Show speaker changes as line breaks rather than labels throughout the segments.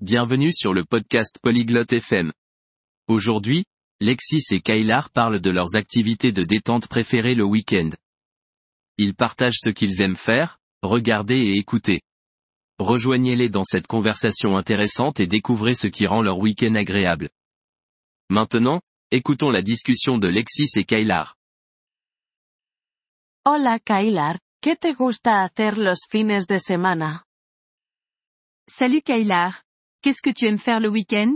Bienvenue sur le podcast Polyglotte FM. Aujourd'hui, Lexis et Kailar parlent de leurs activités de détente préférées le week-end. Ils partagent ce qu'ils aiment faire, regarder et écouter. Rejoignez-les dans cette conversation intéressante et découvrez ce qui rend leur week-end agréable. Maintenant, écoutons la discussion de Lexis et Kailar.
Hola Kailar, ¿qué te gusta hacer los fines de semana?
Salut Kailar. Qu'est-ce que tu aimes faire le week-end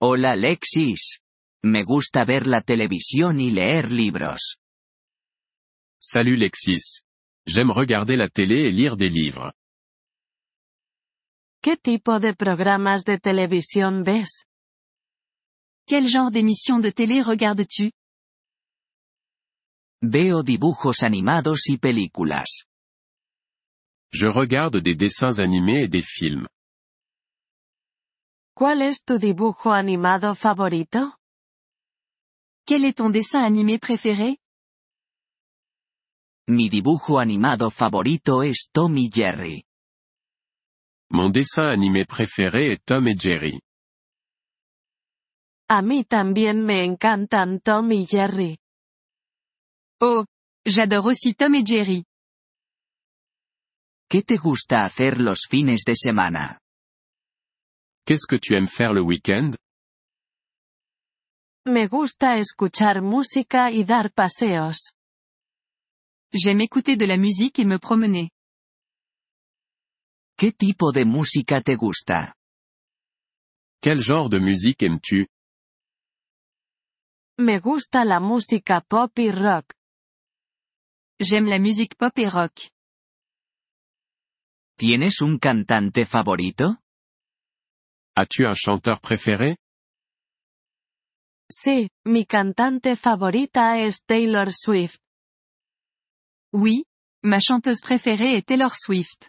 Hola Lexis. Me gusta ver la televisión y leer libros.
Salut Lexis. J'aime regarder la télé et lire des livres.
¿Qué tipo de programas de televisión ves?
Quel genre d'émission de télé regardes-tu
Veo dibujos animados y películas.
Je regarde des dessins animés et des films.
¿Cuál es tu dibujo animado favorito?
Quel est ton dessin animé préféré
Mi dibujo animado favorito es Tom y Jerry.
Mon dessin animé préféré est Tom et Jerry.
A mí también me encantan Tom y Jerry.
Oh, j'adore aussi Tom et Jerry.
¿Qué te gusta hacer los fines de semana?
Qu'est-ce que tu aimes faire le week-end
Me gusta escuchar música y dar paseos.
J'aime écouter de la musique et me promener.
¿Qué tipo de música te gusta?
Quel genre de musique aimes-tu
Me gusta la música pop y rock.
J'aime la musique pop et rock.
¿Tienes un cantante favorito?
As-tu un chanteur préféré
Sí, mi cantante favorita es Taylor Swift.
Oui, ma chanteuse préférée est Taylor Swift.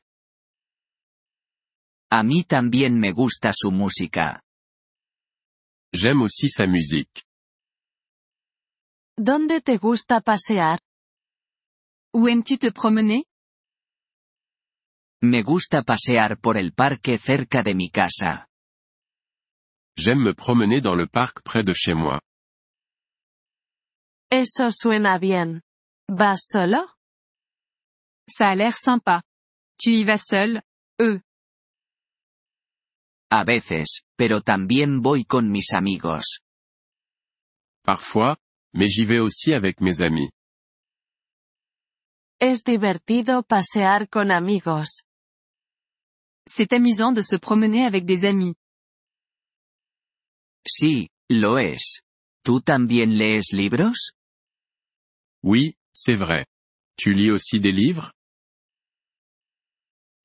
A mí también me gusta su música.
J'aime aussi sa musique.
¿Dónde te gusta pasear?
Où aimes-tu te promener
Me gusta pasear por el parque cerca de mi casa.
J'aime me promener dans le parc près de chez moi.
Eso suena bien. ¿Vas solo?
Ça a l'air sympa. Tu y vas seul
A veces, pero también voy con mis amigos.
Parfois, mais j'y vais aussi avec mes amis.
Es divertido pasear con amigos.
C'est amusant de se promener avec des amis.
Sí, lo es. ¿Tú también lees libros?
Oui, c'est vrai. Tu lis aussi des livres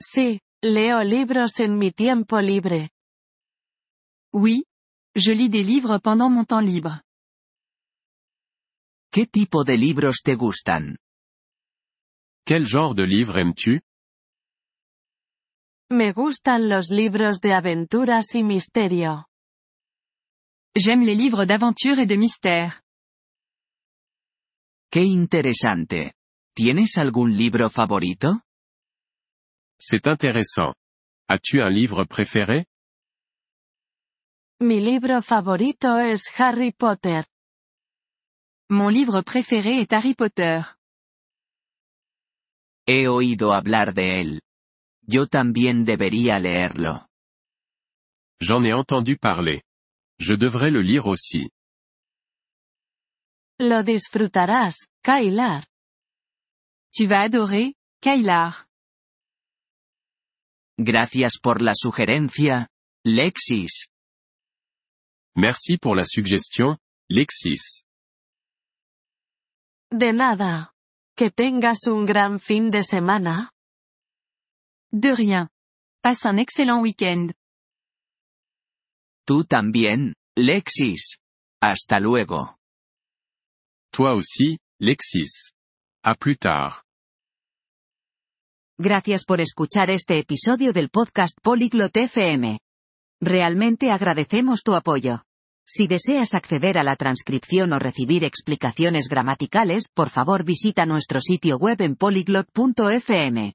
Sí, leo libros en mi tiempo libre.
Oui. Je lis des livres pendant mon temps libre.
¿Qué tipo de libros te gustan?
Quel genre de livre aimes-tu
Me gustan los libros de aventuras y misterio.
J'aime les livres d'aventure et de mystère.
Qué interesante. ¿Tienes algún libro favorito?
C'est intéressant. As-tu un livre préféré
Mi libro favorito es Harry Potter.
Mon livre préféré est Harry Potter.
He oído hablar de él. Yo también debería leerlo.
J'en ai entendu parler. Je devrais le lire aussi.
Lo disfrutarás, Kailar.
Tu vas adorer, Kailar.
Gracias por la sugerencia, Lexis.
Merci pour la suggestion, Lexis.
De nada. Que tengas un gran fin de semana.
De rien. Passe un excellent week-end.
Tú también, Lexis. Hasta luego.
Toi aussi, Lexis. À plus tard.
Gracias por escuchar este episodio del podcast Polyglot FM. Realmente agradecemos tu apoyo. Si deseas acceder a la transcripción o recibir explicaciones gramaticales, por favor visita nuestro sitio web en polyglot.fm.